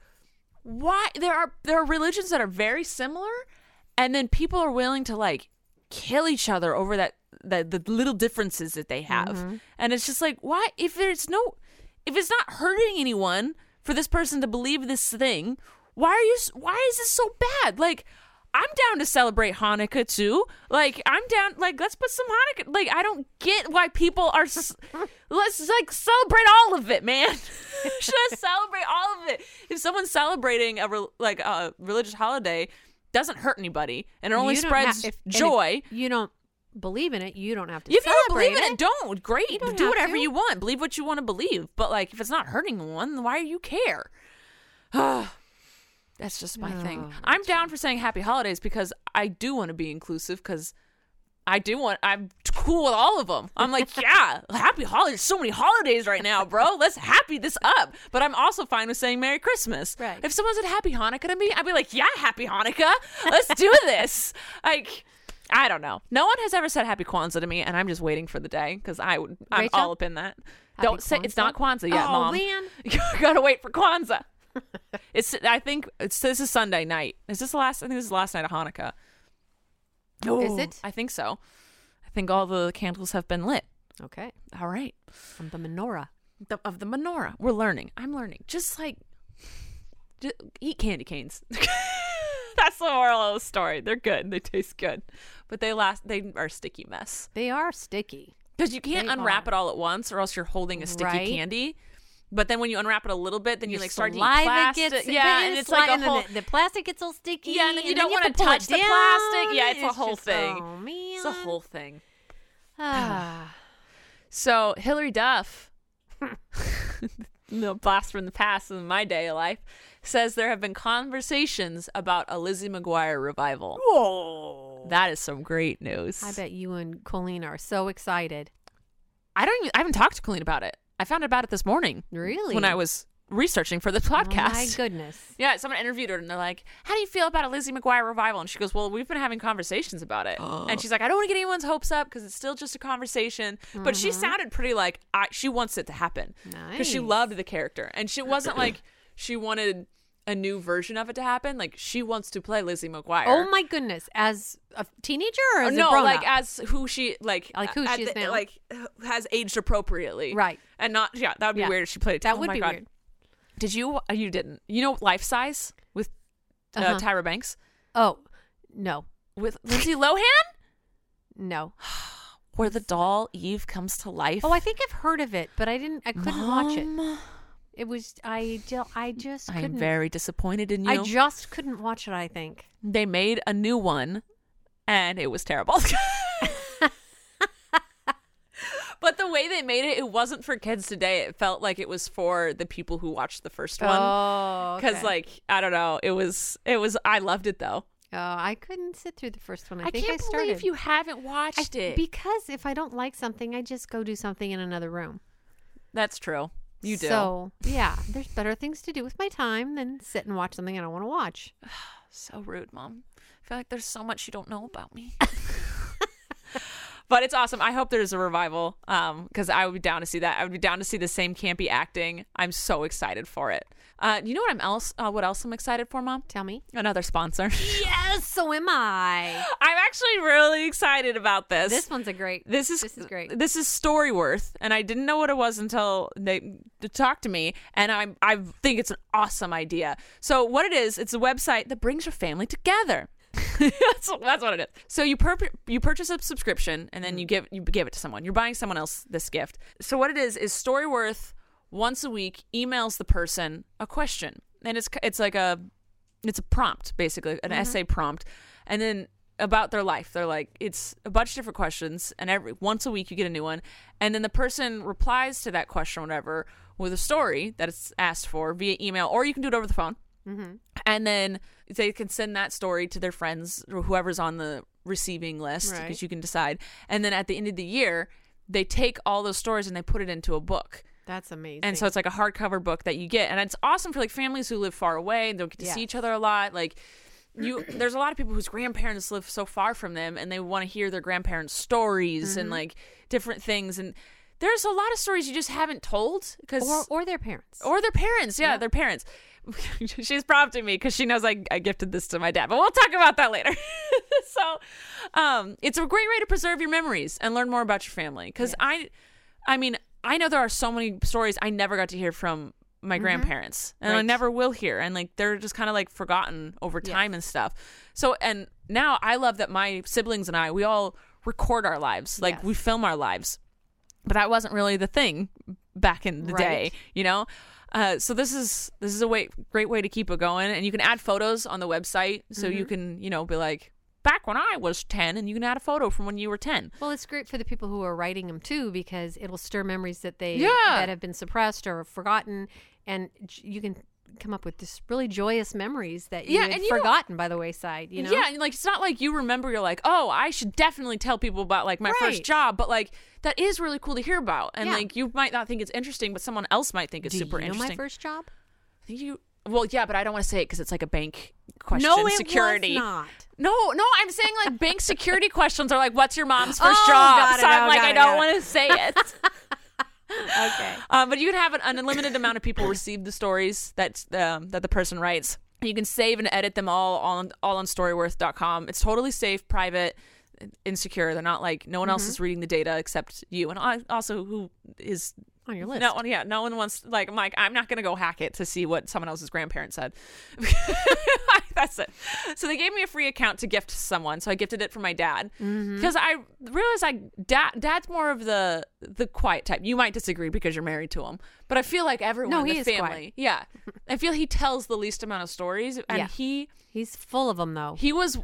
why? There are there are religions that are very similar, and then people are willing to like kill each other over that that the little differences that they have, Mm-hmm. and it's just like why? If there's no, if it's not hurting anyone for this person to believe this thing, why are you? s- Why is this so bad? Like. I'm down to celebrate Hanukkah too. Like I'm down. Like let's put some Hanukkah. Like I don't get why people are. S- <laughs> let's like celebrate all of it, man. <laughs> Just celebrate all of it. If someone's celebrating a rel like a religious holiday, doesn't hurt anybody and it only You don't have- spreads if- and if joy. you don't believe in it. You don't have to. If you don't celebrate believe in it, don't. Great. don't Do have whatever to. you want. Believe what you want to believe. But like if it's not hurting anyone, then why do you care? <sighs> That's just my thing. No, I'm down for saying happy holidays because I do want to be inclusive because I do want I'm cool with all of them. I'm <laughs> like, yeah, happy holidays. So many holidays right now, bro. Let's happy this up. But I'm also fine with saying Merry Christmas. Right. If someone said happy Hanukkah to me, I'd be like, yeah, happy Hanukkah. Let's <laughs> do this. like I don't know. No one has ever said happy Kwanzaa to me, and I'm just waiting for the day because I would I'm Rachel? all up in that. don't say it's not Kwanzaa yet, oh, mom. man. <laughs> You gotta wait for Kwanzaa. It's I think it's this is Sunday night. Is this the last? I think this is the last night of Hanukkah. Ooh, it? I think so. I think all the candles have been lit. Okay. All right. From the menorah. The, of the menorah, we're learning. I'm learning. Just like just eat candy canes. <laughs> That's the moral of the story. They're good. They taste good, but they last. They are a sticky mess They are sticky. because you can't They unwrap are. it all at once, or else you're holding a sticky Right. candy. But then when you unwrap it a little bit, then you Your like start to eat saliva plastic. gets- yeah, then and it's like sli- a and then whole. the, the plastic gets all sticky. Yeah, and then you don't want to wanna touch the plastic. Yeah, it's a whole thing. Oh man, It's a <sighs> whole thing. Ah. <sighs> So Hillary Duff, <laughs> the blast from the past in my day of life, says there have been conversations about a Lizzie McGuire revival. Whoa, that is some great news. I bet you and Colleen are so excited. I don't. Even, I haven't talked to Colleen about it. I found out about it this morning Really? when I was researching for the Oh my podcast. goodness. yeah, someone interviewed her and they're like, "How do you feel about a Lizzie McGuire revival?" And she goes, "Well, we've been having conversations about it." And she's like, "I don't want to get anyone's hopes up because it's still just a conversation." But Mm-hmm. she sounded pretty like I, she wants it to happen because she Nice. loved the character, and she wasn't like she wanted a new version of it to happen. Like she wants to play Lizzie McGuire. Oh, Oh my goodness. As a teenager or as Uh, no, a grown like up? as who she like Like who at she is the- now? like has aged appropriately, Right. And not yeah, that would be Yeah. weird if she played. that oh would my be God. weird. Did you? uh, You didn't. You know, life size with uh, Uh-huh. Tyra Banks Oh no, with Lindsay Lohan, no. where the doll Eve comes to life. Oh, I think I've heard of it, but I didn't. I couldn't watch it. Mom, It was I. ju- I just I am couldn't. very disappointed in you. I just couldn't watch it. I think. <laughs> they made a new one, and it was terrible. <laughs> But the way they made it, it wasn't for kids today. It felt like it was for the people who watched the first <laughs> one. Oh, because like i don't know it was it was i loved it though Oh, I couldn't sit through the first one. I, i, think can't I started. believe you haven't I- watched it because if I don't like something, I just go do something in another room. that's true you do so, So yeah, there's better things to do with my time than sit and watch something I don't want to watch. rude mom i feel like there's so much you don't know about me <laughs> But it's awesome. I hope there's a revival because I would be down to see that. I would be down to see the same campy acting. I'm so excited for it. Uh, you know what I'm else? Uh, what else I'm excited for, Mom? Tell me. Another sponsor. <laughs> Yes, so am I. <gasps> I'm actually really excited about this. This one's a great. This is this is great. This is Storyworth, and I didn't know what it was until they they talked to me, and I I think it's an awesome idea. So what it is, it's a website that brings your family together. <laughs> that's, that's what it is. So you pur- you purchase a subscription, and Mm-hmm. then you give you give it to someone. You're buying someone else this gift. So what it is is Storyworth once a week emails the person a question, and it's it's like a it's a prompt basically an essay prompt and then about their life they're like it's a bunch of different questions and every once a week you get a new one and then the person replies to that question or whatever with a story that it's asked for via email or you can do it over the phone and then they can send that story to their friends or whoever's on the receiving list because Right. you can decide and then at the end of the year they take all those stories and they put it into a book That's amazing. and so it's like a hardcover book that you get, and it's awesome for like families who live far away and don't get to Yeah. see each other a lot. Like you, there's a lot of people whose grandparents live so far from them, and they want to hear their grandparents' stories Mm-hmm. and like different things. And there's a lot of stories you just haven't told because or or their parents. or their parents. Yeah, their parents. <laughs> She's prompting me because she knows I, I gifted this to my dad, but we'll talk about that later. <laughs> so, um, it's a great way to preserve your memories and learn more about your family. Because I, I mean, I know there are so many stories I never got to hear from my grandparents, and I Mm-hmm. Right. never will hear, and like they're just kind of like forgotten over time and stuff. So, and now I love that my siblings and I we all record our lives, like Yes. we film our lives but that wasn't really the thing back in the day Right. you know uh, so this is this is a way great way to keep it going and you can add photos on the website so Mm-hmm. you can you know be like back when i was 10 and you can add a photo from when you were 10 well, it's great for the people who are writing them too because it'll stir memories that they Yeah. that have been suppressed or forgotten, and j- you can come up with just really joyous memories that you Yeah, had and you don't- forgotten by the wayside. You know, yeah and like it's not like you remember you're like oh i should definitely tell people about like my first Right. job but like that is really cool to hear about and Yeah. like you might not think it's interesting but someone else might think it's Do super you know interesting my first job? I think you well yeah but i don't want to say it because it's like a bank question no, it security was not. No, no, I'm saying like bank security questions are like, what's your mom's first Oh, job? got it, so I'm oh, like, got I it, don't got it. want to say it. <laughs> Okay. <gasps> um, but you can have an unlimited amount of people receive the stories that um, that the person writes. You can save and edit them all on all on Storyworth.com. It's totally safe, private, insecure. They're not like no one Mm-hmm. else is reading the data except you, and I- also who is On your list. no one, yeah, no one wants like Mike. I'm not gonna go hack it to see what someone else's grandparents said. <laughs> That's it. So they gave me a free account to gift to someone. So I gifted it for my dad Mm-hmm. because I realized like dad, dad's more of the the quiet type. You might disagree because you're married to him, but I feel like everyone No, in the he is family, quiet. yeah, I feel he tells the least amount of stories, and Yeah. he He's full of them though. he was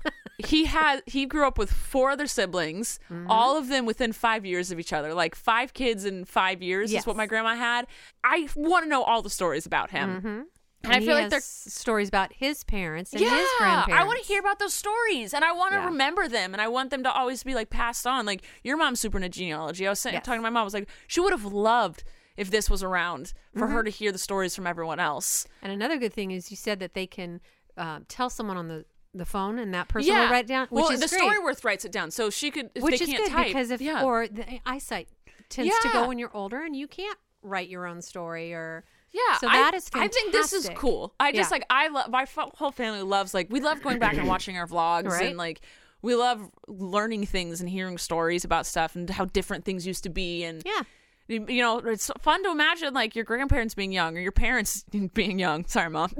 he had he grew up with four other siblings, Mm-hmm. all of them within five years of each other. Like five kids in five years is what Yes. my grandma had. I want to know all the stories about him. And I Mm-hmm. he feel like has they're stories about his parents and yeah, his grandparents. I want to hear about those stories and I want to Yeah. remember them and I want them to always be like passed on. Like your mom's super into genealogy. I was saying, Yes. talking to my mom, I was like, she would have loved if this was around for Mm-hmm. her to hear the stories from everyone else. And another good thing is you said that they can uh, tell someone on the, the phone, and that person yeah, will write it down, which well, is the great. Storyworth writes it down, so she could, if which they is can't good type, because if yeah. or the eyesight tends to Yeah. go when you're older, and you can't write your own story or Yeah, So I- that is I think this is fantastic. cool. I just Yeah. like I love my fa- whole family loves like we love going <clears throat> back and watching our vlogs Right. and like we love learning things and hearing stories about stuff and how different things used to be and yeah. you you know it's fun to imagine like your grandparents being young or your parents <laughs> being young. Sorry, mom.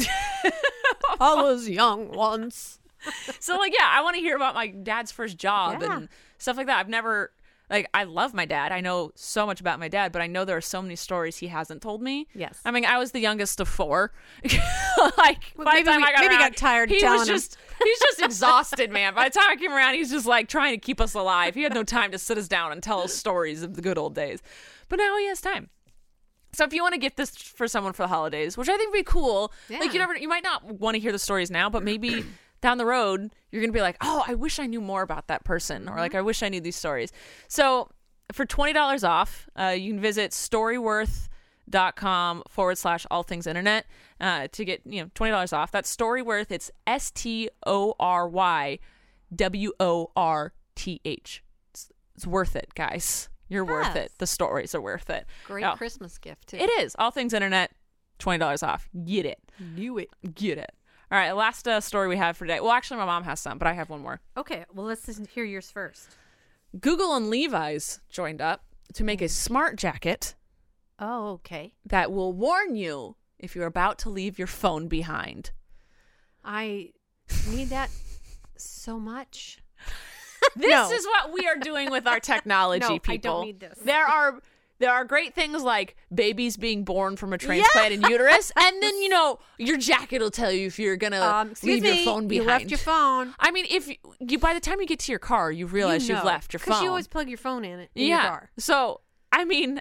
I was young once. so like yeah, I want to hear about my dad's first job Yeah. and stuff like that. I've never like I love my dad. I know so much about my dad, but I know there are so many stories he hasn't told me. Yes. I mean, I was the youngest of four. <laughs> like Well, by maybe the time we- I got maybe he around, got tired of He telling was him. just he's just exhausted, man. By the time I came around, he's just like trying to keep us alive. He had no time to sit us down and tell us stories of the good old days. But now he has time. So if you want to gift this for someone for the holidays, which I think would be cool, like you Yeah. Mm. never, you might not want to hear the stories now, but <clears throat> maybe down the road you're gonna be like, oh, I wish I knew more about that person, or Mm-hmm. like I wish I knew these stories. So for twenty dollars off, uh, you can visit storyworth.com forward slash all things internet uh, to get you know twenty dollars off. That's storyworth. It's S T O R Y W O R T H. It's worth it, guys. You're worth Yes. it. The stories are worth it. Great Oh, Christmas gift too. It is. All things internet, $20 off. Get it. Knew it. Get it. All right, last uh, story we have for today. Well, actually, my mom has some, but I have one more. Okay, well let's listen- hear yours first. Google and Levi's joined up to make a smart jacket Oh, okay. that will warn you if you're about to leave your phone behind. I need that so much. This No. is what we are doing with <laughs> our technology, No, I don't people. need this. There are there are great things like babies being born from a transplant in uterus, and then you know your jacket will tell you if you're gonna Um, excuse Uh, leave me, your phone behind. you left your phone. I mean, if you, you by the time you get to your car, you realize you have know, left your phone. you always plug your phone in it in yeah. your car. So I mean,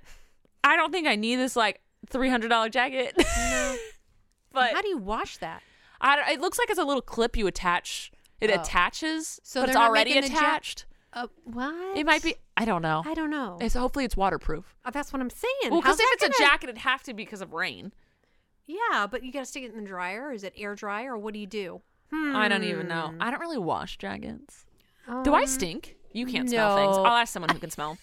I don't think I need this like three hundred dollar jacket. <laughs> but How do you wash that? I don't- it looks like it's a little clip you attach. It Oh. attaches, So but it's they're not already making the ja- attached. Uh, what? it might be. I don't know. I don't know. It's hopefully it's waterproof. Uh, that's what I'm saying. Well, because How's if that it's a gonna- jacket, it'd have to be because of rain. yeah, but you got to stick it in the dryer. Or is it air dry or what do you do? Hmm. I don't even know. I don't really wash jackets. Do I Um, stink? You can't smell things. no. I'll ask someone who <laughs> can smell.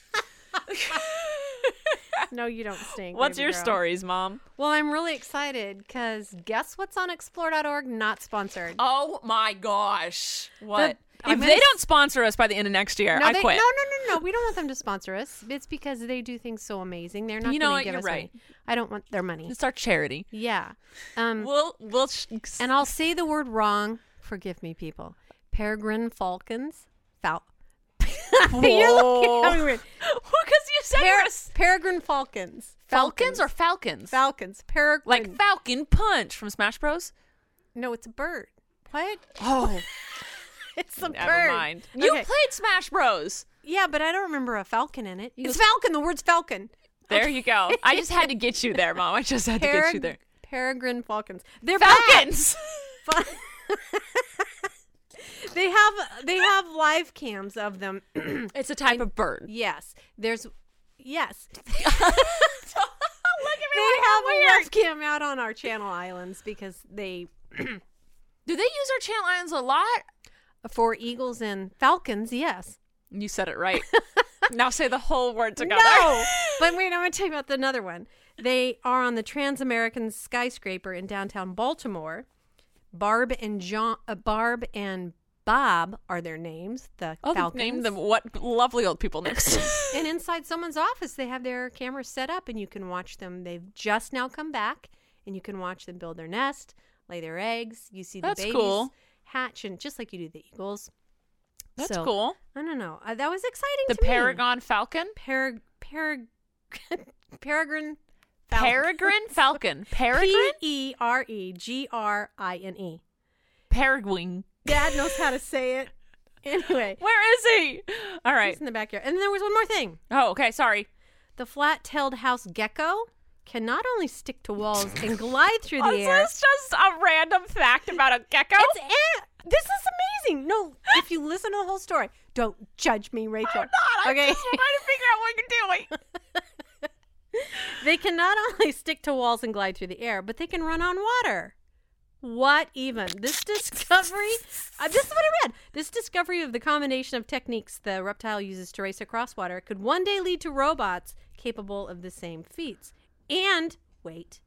No, you don't stink. What's baby your girl. stories, mom? Well, I'm really excited because guess what's on explore.org? Not sponsored. Oh my gosh! What? I'm if gonna they don't sponsor us by the end of next year, no, I they, quit. no, no, no, no. We don't want them to sponsor us. It's because they do things so amazing. They're not You know going what? to give You're us money. I don't want their money. It's our charity. Yeah. Um, We'll we'll. Sh- <laughs> and I'll say the word wrong. Forgive me, people. Peregrine falcons. Fal- <laughs> You're looking Oh. <laughs> at me weird. because you said <laughs> Per- we're a s- peregrine falcons. falcons or falcons, falcons? Peregrine. like Falcon Punch from Smash Bros. no, it's a bird. What? Oh, <laughs> It's a never bird. mind. You Okay. played Smash Bros. Yeah, but I don't remember a falcon in it. You- It's falcon. The word's falcon. There you go. I just had to get you there, mom. I just had to get you Pereg- there. Peregrine falcons. They're Falcons. back. they have they have live cams of them. <laughs> It's a type of <laughs> bird. yes, there's yes. <laughs> Look at They have a live cam out on our Channel Islands because they Do they use our channel islands a lot? for eagles and falcons. Yes. You said it right. now say the whole word together. <laughs> No, but wait, I'm going to tell you about another one. They are on the Trans-American skyscraper in downtown Baltimore. Barb and John, uh, Barb and Bob are their names. The Oh, Falcons. name them what lovely old people <laughs> names. And inside someone's office, they have their cameras set up, and you can watch them. They've just now come back, and you can watch them build their nest, lay their eggs. You see That's the babies cool. hatch, and just like you do the eagles. That's So, cool. I don't know. Uh, that was exciting. The to me. Paragon Falcon. Parag- parag- <laughs> peregrine. falcon. <laughs> Peregrine Falcon. Peregrine? P E R E G R I N E. Peregrine. Dad knows how to say it. Anyway, Where is he? All right. it's in the backyard. And then there was one more thing. Oh, okay. Sorry. The flat-tailed house gecko can not only stick to walls and <laughs> glide through the Is air. this just a random fact about a gecko? <laughs> It's air. This is amazing. No, if you listen to the whole story, don't judge me, Rachel. I'm not. I'm okay. just trying to figure out what you're doing. <laughs> they can not only <laughs> stick to walls and glide through the air, but they can run on water. What even? This discovery, uh, this is what I read. This discovery of the combination of techniques the reptile uses to race across water could one day lead to robots capable of the same feats. And wait,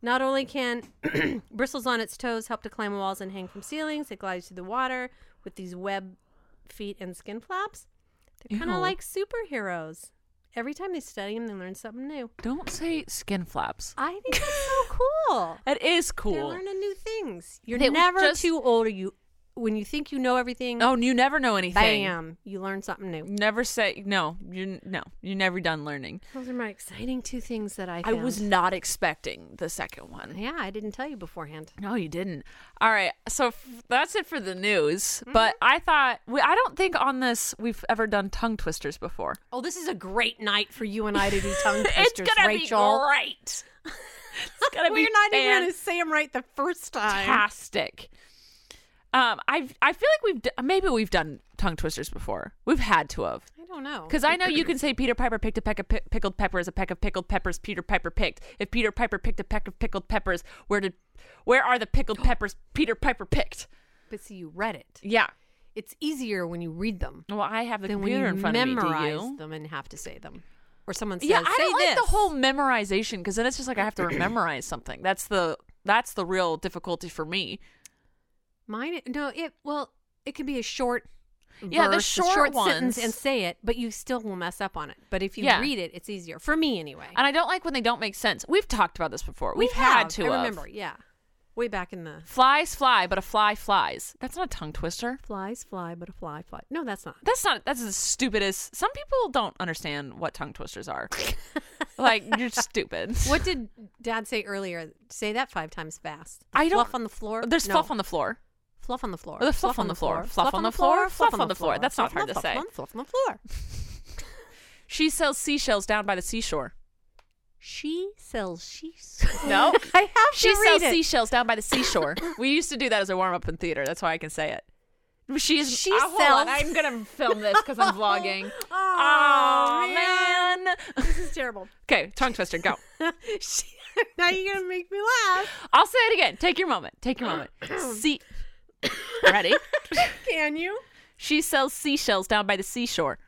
not only can <clears throat> bristles on its toes help to climb walls and hang from ceilings, it glides through the water with these web feet and skin flaps. They're kind Ew. of like superheroes. Every time they study them, they learn something new. Don't say skin flaps. I think that's <laughs> so cool. That is They're cool. learning new things. You're They were never just- too old. Or you, when you think you know everything, Oh, you never know anything. bam, you learn something new. Never say no. You no. You're never done learning. Those are my exciting two things that I. I Found. was not expecting the second one. Yeah, I didn't tell you beforehand. No, you didn't. All right. So f- that's it for the news. But I thought we, I don't think on this we've ever done tongue twisters before. Oh, this is a great night for you and I <laughs> to do tongue twisters, <laughs> it's gonna Rachel. be <laughs> great. It's gonna <laughs> well, be you're not even going fan- to say them right the first time. fantastic. Um, I I feel like we've d- maybe we've done tongue twisters before. We've had to have I don't know. because I know you can say Peter Piper picked a peck of pi- pickled peppers. A peck of pickled peppers Peter Piper picked. If Peter Piper picked a peck of pickled peppers, <gasps> where did where are the pickled peppers Peter Piper picked? but see, you read it. Yeah, It's easier when you read them Well, I have the than when you computer in front of me. memorize Do you? them and have to say them, or someone says, Yeah, I "Say don't like this." the whole memorization because then it's just like I have <clears throat> to memorize something. That's the that's the real difficulty for me. Mine, no, it well, it can be a short, Yeah, the verse, a short short sentence ones. and say it, but you still will mess up on it. But if you Yeah. read it, it's easier for me anyway. And I don't like when they don't make sense. We've talked about this before. We We've had have, to. I of. remember, yeah, way back in the Flies fly, but a fly flies. That's not a tongue twister. flies fly, but a fly fly. No, that's not. That's not. That's the stupidest. Some people don't understand what tongue twisters <laughs> are. like you're stupid. What did Dad say earlier? Say that five times fast. I don't- fluff on the floor. There's No. fluff on the floor. fluff on the floor. Or the fluff on the floor. Fluff on the floor, fluff on the floor. That's not Fluff hard on to the say. fluff on- Fluff on the floor. She sells seashells down by the seashore. She sells. She. <laughs> No. I have to She read sells it. seashells down by the seashore. we used to do that as a warm up in theater. That's why I can say it. She's She oh, Hold on. sells- I'm gonna film this because <laughs> I'm vlogging. Oh, Aw, man. man. <laughs> this is terrible. Okay, tongue twister, go. <laughs> She- now you're gonna make me laugh. I'll say it again. Take your moment. Take your <coughs> moment. See, ready? Can you? She sells seashells down by the seashore.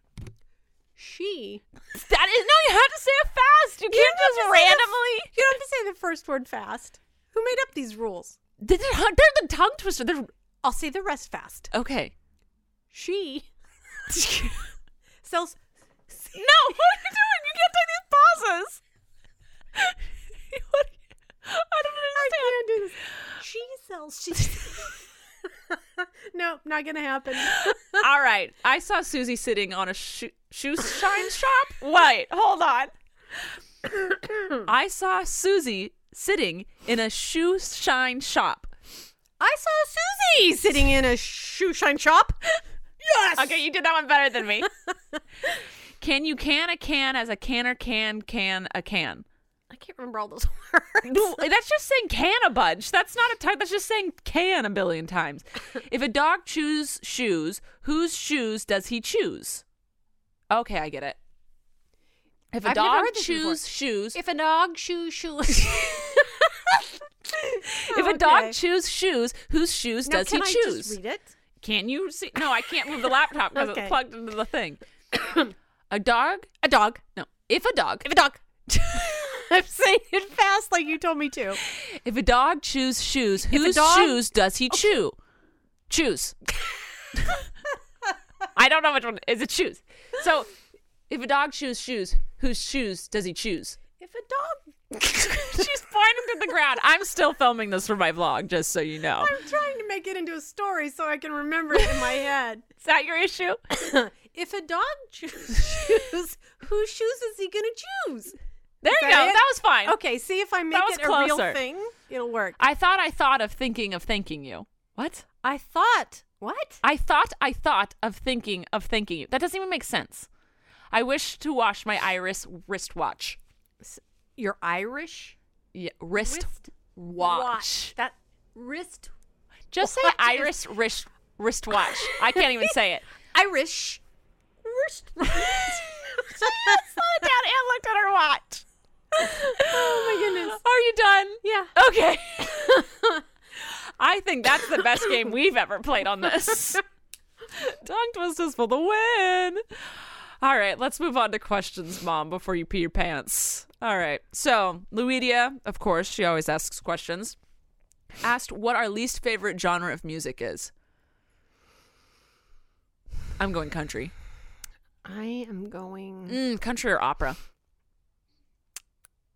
She. That is no. You have to say it fast. You can't just randomly. You don't have to say the first word fast. Who made up these rules? They're, they're the tongue twister. They're I'll say the rest fast. okay. She <laughs> sells. No, <laughs> what are you doing? You can't take these pauses. <laughs> What are you- I don't understand. I can't do this. She sells. <laughs> She. no, not gonna happen. <laughs> All right, I saw Susie sitting on a shoe, shoe shine shop. Wait, hold on. <coughs> I saw Susie sitting in a shoe shine shop. I saw Susie sitting in a shoe shine shop. Yes. Okay, you did that one better than me. can you can a can as a canner can can a can? <laughs> I can't remember all those words. <laughs> No, eh, that's just saying can a bunch. That's not a type. That's just saying can a billion <laughs> times. If a dog chews shoes, whose shoes does he choose? Okay, I get it. If a I've never dog heard this before. chews shoes, if, If a dog shoe <laughs> shoe. a dog chews shoes, whose shoes Oh, Now, does can he I choose? just read it? Can you see? No, I can't move the laptop because Okay. it's plugged into the thing. <coughs> a dog? A dog. No. If a dog, If a dog. <laughs> I'm saying it fast like you told me to. if a dog chews shoes, a whose dog- shoes does he chew? <laughs> Choose. I don't know which one. Is it shoes? So, if a dog chews shoes, whose shoes does he choose? If a dog. <laughs> She's pointing to the ground. I'm still filming this for my vlog, just so you know. I'm trying to make it into a story so I can remember it in <laughs> my head. <laughs> <coughs> Is that your issue? If a dog <laughs> chooses shoes, whose shoes is he going to choose? There you go. that it? That was fine. Okay, see if I make That was it a real closer. thing, it'll work. I thought I thought of thinking of thanking you. What? I thought. What? I thought I thought of thinking of thanking you. That doesn't even make sense. I wish to wash my iris wristwatch. You're Irish? Yeah, wrist, Wrist watch. That wrist. Just Watch say iris wrist wristwatch. I can't even say <laughs> it. Irish. Wrist. <laughs> Down and looked at her watch. oh my goodness. Are you done? Yeah. Okay. <laughs> I think that's the best game we've ever played on <laughs> this. Tongue twisters for the win. All right, let's move on to questions, Mom, before you pee your pants. All right. So, Luidia, of course, she always asks questions, asked what our least favorite genre of music is. I'm going country. I am going. Mm, country or opera.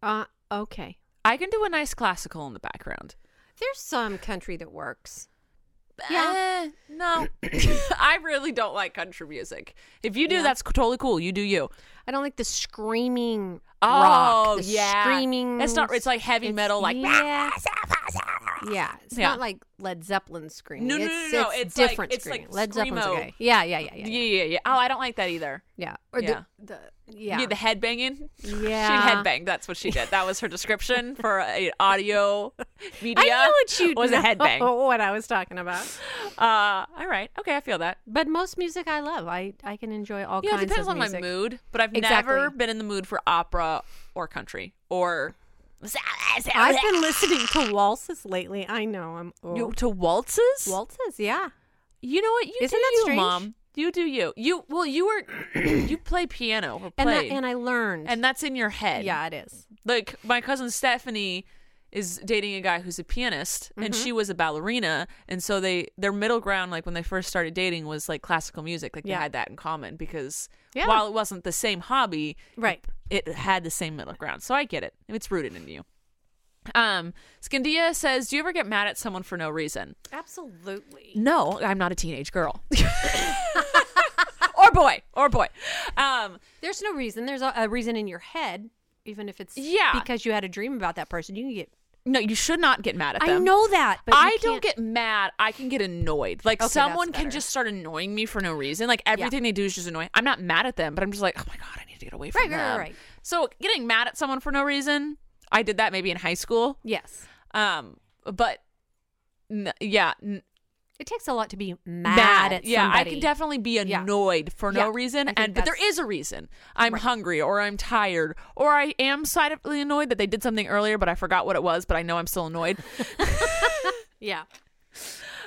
Uh, okay. I can do a nice classical in the background. There's some country that works. Yeah. Eh, <coughs> no. <coughs> I really don't like country music. If you do, Yeah. that's totally cool. You do you. I don't like the screaming Oh, rock. the yeah. Screaming. It's not- it's like heavy metal, like- Yeah. yeah. It's Yeah. not like Led Zeppelin screaming. No, no, it's, no, no, It's, it's like- different it's screaming. like Led Zeppelin's screamo. okay. Yeah, yeah, <laughs> yeah, Yeah, yeah. Yeah. yeah, yeah. Oh, I don't like that either. yeah. Or Yeah. the. the Yeah, yeah. the headbanging. banging. Yeah. She headbanged. That's what she did. That was her description for <laughs> a audio media. I knew what you was a headbang. <laughs> What I was talking about. Uh, all right. Okay, I feel that. But most music I love. I, I can enjoy all Yeah, kinds it depends of on music. my mood, but I've Exactly. never been in the mood for opera or country or I've <laughs> been listening to waltzes lately. I know I'm old. You- to waltzes. waltzes, yeah. You know what? You Isn't do that you, strange? mom. You do you. You well, you <clears throat> were you play piano or and, that, played, and I learned. and that's in your head. yeah, it is. Like my cousin Stephanie is dating a guy who's a pianist and Mm-hmm. she was a ballerina and so they their middle ground like when they first started dating was like classical music like Yeah. they had that in common because Yeah. while it wasn't the same hobby Right. it had the same middle ground. So I get it. It's rooted in you. Um, Scandia says, "Do you ever get mad at someone for no reason?" Absolutely. No, I'm not a teenage girl. or boy, or boy. Um, There's no reason. There's a, a reason in your head, even if it's Yeah. because you had a dream about that person. You can get. no, you should not get mad at them. I know that, but you I don't can't- get mad. I can get annoyed. Like Okay, someone that's can better. just start annoying me for no reason. Like everything they do is just annoying. I'm not mad at them, but I'm just like, oh my god, I need to get away from Right, right, right, them. right. So getting mad at someone for no reason, I did that maybe in high school. Yes, Um, but n- yeah, n- it takes a lot to be mad, at somebody. yeah, I can definitely be Yeah. annoyed for no Yeah, reason, I think and but there that's- is a reason. I'm hungry, or I'm tired, or I am slightly annoyed that they did something earlier, but I forgot what it was. But I know I'm still <laughs> annoyed. yeah.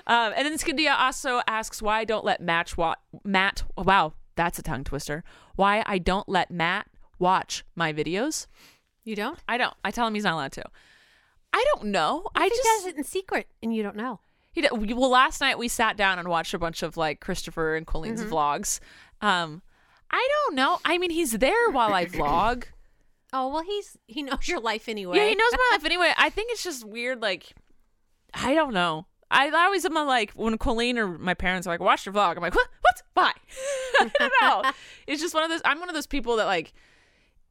um, and then Scandia also asks why I don't let Match wa- Matt. oh, wow, that's a tongue twister. Why I don't let Matt watch my videos? You don't. I don't. I tell him he's not allowed to. I don't know. I He just does it in secret, and you don't know. He did, we- well, last night we sat down and watched a bunch of like Christopher and Colleen's Mm-hmm. vlogs. Um, I don't know. I mean, he's there while I <laughs> vlog. Oh well, he's he knows your life anyway. Yeah, he knows my <laughs> life anyway. I think it's just weird. Like, I don't know. I, I always am like when Colleen or my parents are like, "Watch your vlog." I'm like, "What? What? Why?" <laughs> I don't know. It's just one of those. I'm one of those people that like,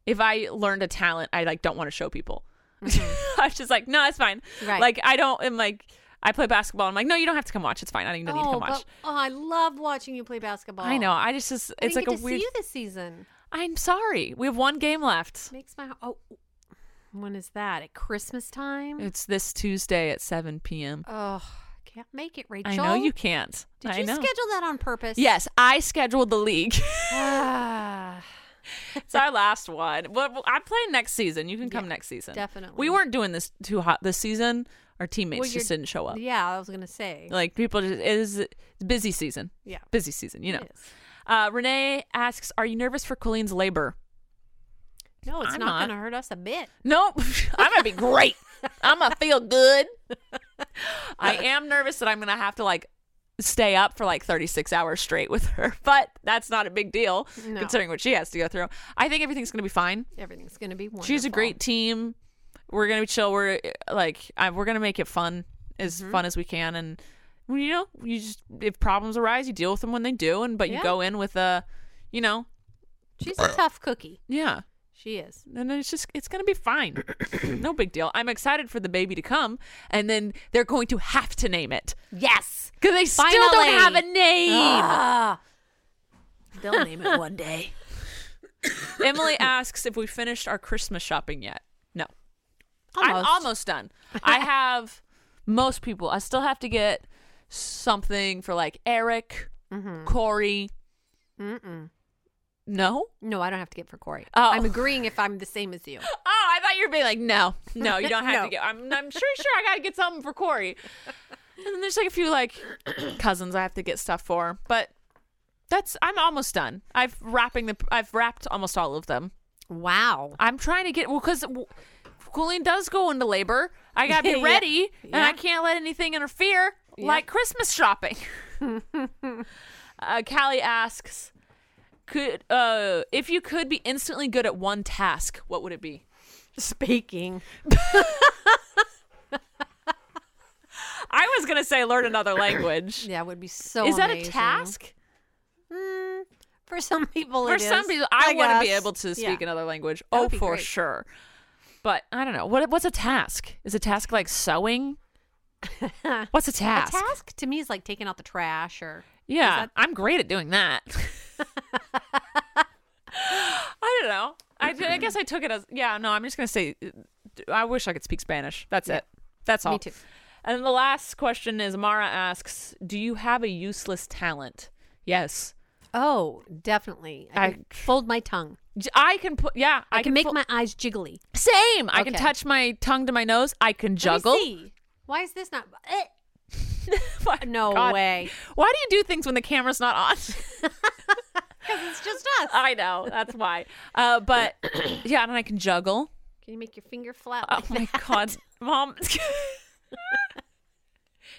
if I learned a talent, I like don't want to show people. <laughs> I'm just like, no, it's fine. Mm-hmm. Right. Like, I don't. am like, I play basketball. I'm like, no, you don't have to come watch. It's fine. I don't even need to Oh, come watch. but, oh, I love watching you play basketball. I know. I just, just I it's didn't like get a to weird. See you this season I'm sorry. We have one game left. makes my oh. When is that? At Christmas time? It's this Tuesday at 7 p.m. Oh, can't make it, Rachel. I know you can't. Did I you know. schedule that on purpose? Yes, I scheduled the league. <laughs> Ah, <laughs> it's our last one. Well, well, I'm playing next season. You can come Yeah, next season. definitely. We weren't doing this too hot this season. Our teammates Well, just you're- didn't show up. yeah, I was gonna say. Like people just it is it's busy season. Yeah. Busy season, you know. It is. Uh, Renee asks, "Are you nervous for Colleen's labor?" No, it's I'm not, not. gonna hurt us a bit. Nope. <laughs> I'm gonna be great. I'm gonna feel good. I am nervous that I'm gonna have to like stay up for like 36 hours straight with her, <laughs> but that's not a big deal No. considering what she has to go through. I think everything's gonna be fine. Everything's gonna be wonderful. She's a great team. We're gonna be chill. We're uh, like I, we're gonna make it fun as fun as we can, and well, you know, you just if problems arise, you deal with them when they do, and but Yeah. you go in with a, you know, She's a tough cookie. yeah. She is. And then it's just it's gonna be fine. no big deal. I'm excited for the baby to come, and then they're going to have to name it Yes. because they still Finally. Ah. don't have a name. They'll name it one day. Emily asks if we finished our Christmas shopping yet. No, I'm <laughs> Almost. almost done. <laughs> I have most people. I still have to get something for like Eric, Corey. Mm-hmm. Mm-mm. No. No, I don't have to get for Corey. Oh. I'm agreeing if I'm the same as you. Oh, I thought you were being like, no, no, you don't have No. to get. I'm, I'm sure, sure, I gotta get something for Corey. And then there's like a few like <clears throat> cousins I have to get stuff for, but that's I'm almost done. I've wrapping the I've wrapped almost all of them. Wow. I'm trying to get well because Colleen does go into labor. I gotta be <laughs> Yeah. ready, and Yeah. I can't let anything interfere, like Christmas <laughs> shopping. uh, Callie asks, "Could uh, if you could be instantly good at one task, what would it be?" Speaking. I was gonna say learn <coughs> another language. Yeah, would be so. is that a amazing. task? Mm, for some people, For it some is, people, I, want to be guess. able to speak Yeah. another language. That would oh, be for great. sure. But I don't know. What what's a task? Is a task like <laughs> sewing? What's a A task? task to me is like taking out the trash or Yeah, I'm great at doing <laughs> that. I don't know. I, did- I guess I took it as yeah. No, I'm just gonna say. uh, I wish I could speak Spanish. That's it. That's all. me too. And the last question is Mara asks, "Do you have a useless talent?" Yes. Oh, definitely. I, I- can fold my tongue. J- I can put. Yeah, I, can, make fo- my eyes jiggly. same. I can Okay. touch my tongue to my nose. I can <laughs> Let me juggle. see. Why is this not? Eh. My No God. way. Why do you do things when the camera's not on? <laughs> Because <laughs> it's just us. I know that's why. Uh, but <clears throat> yeah, and I can <laughs> juggle. Can you make your finger flap? Oh like my that? god, mom. <laughs>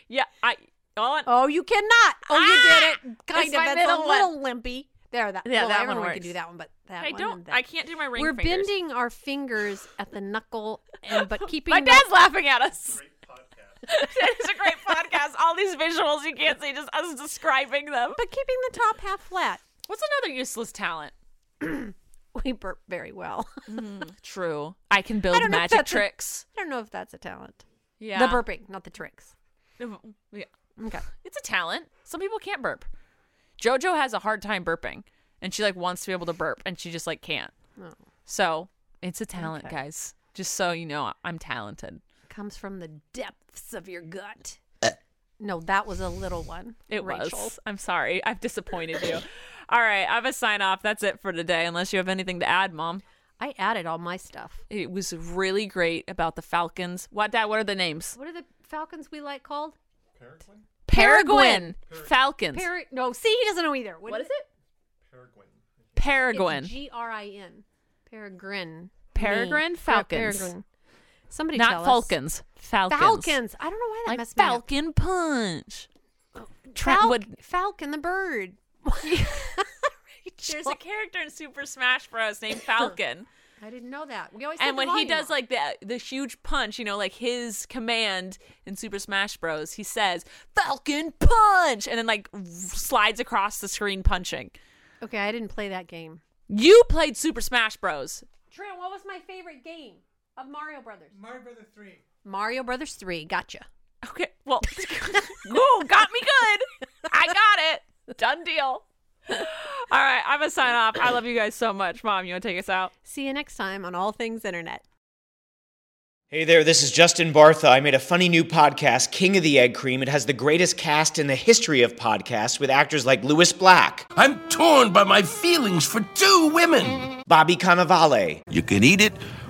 yeah, I. On. Oh, you cannot. Oh, you did it. Kind It's of. Ah! my That's middle one. a little limpy. There, that. Yeah, well, that one everyone can works. do that one, but I that one and don't. that. I can't do my ring. We're fingers. bending our fingers at the knuckle, <laughs> and but keeping. My the- dad's laughing at us. <laughs> That is a great podcast. All these visuals you can't see, just us describing them. But keeping the top half flat. What's another useless talent? We burp very well. <laughs> I True. I can I build don't know if magic that's a- tricks. don't know if that's a talent. yeah. The burping, not the tricks. Yeah. Okay. It's a talent. Some people can't burp. JoJo has a hard time burping, and she like wants to be able to burp, and she just like can't. Oh. So it's a talent, Okay. guys. Just so you know, I'm talented. Comes from the depths of your gut. No, that was a little one. It Rachel. was. I'm sorry. I've disappointed <laughs> you. All right. I'm going to sign off. That's it for today, unless you have anything to add, Mom. I added all my stuff. It was really great about the Falcons. What, Dad, what are the names? What are the Falcons we like called? Peregrine. Peregrine. Falcons. Par- no, see, he doesn't know either. what is it? Peregrine. Peregrine. G R I N. Peregrine. Peregrine Me. Falcons. Peregrine. Somebody Not tell Falcons. Falcons. us. Falcons. I don't know why that Like messed me up. Falcon Punch. Trent Falcon. would- Falcon <laughs> the bird. <laughs> There's a character in Super Smash Bros. <coughs> named Falcon. I didn't know that. We always and when he does like like the the huge punch, you know, like his command in Super Smash Bros, he says Falcon punch, and then like slides across the screen punching. okay, I didn't play that game. You played Super Smash Bros. Trent, what was my favorite game of Mario Brothers? Mario Brothers Three. Mario Brothers Three. Gotcha. Okay, well, <laughs> ooh, got me good. I got it. Done deal. All right, I'm gonna sign off. I love you guys so much, Mom. You wanna take us out? See you next time on All Things Internet. Hey there, this is Justin Bartha. I made a funny new podcast, King of the Egg Cream. It has the greatest cast in the history of podcasts with actors like Louis Black, I'm torn by my feelings for two women. Bobby Cannavale, You can eat it,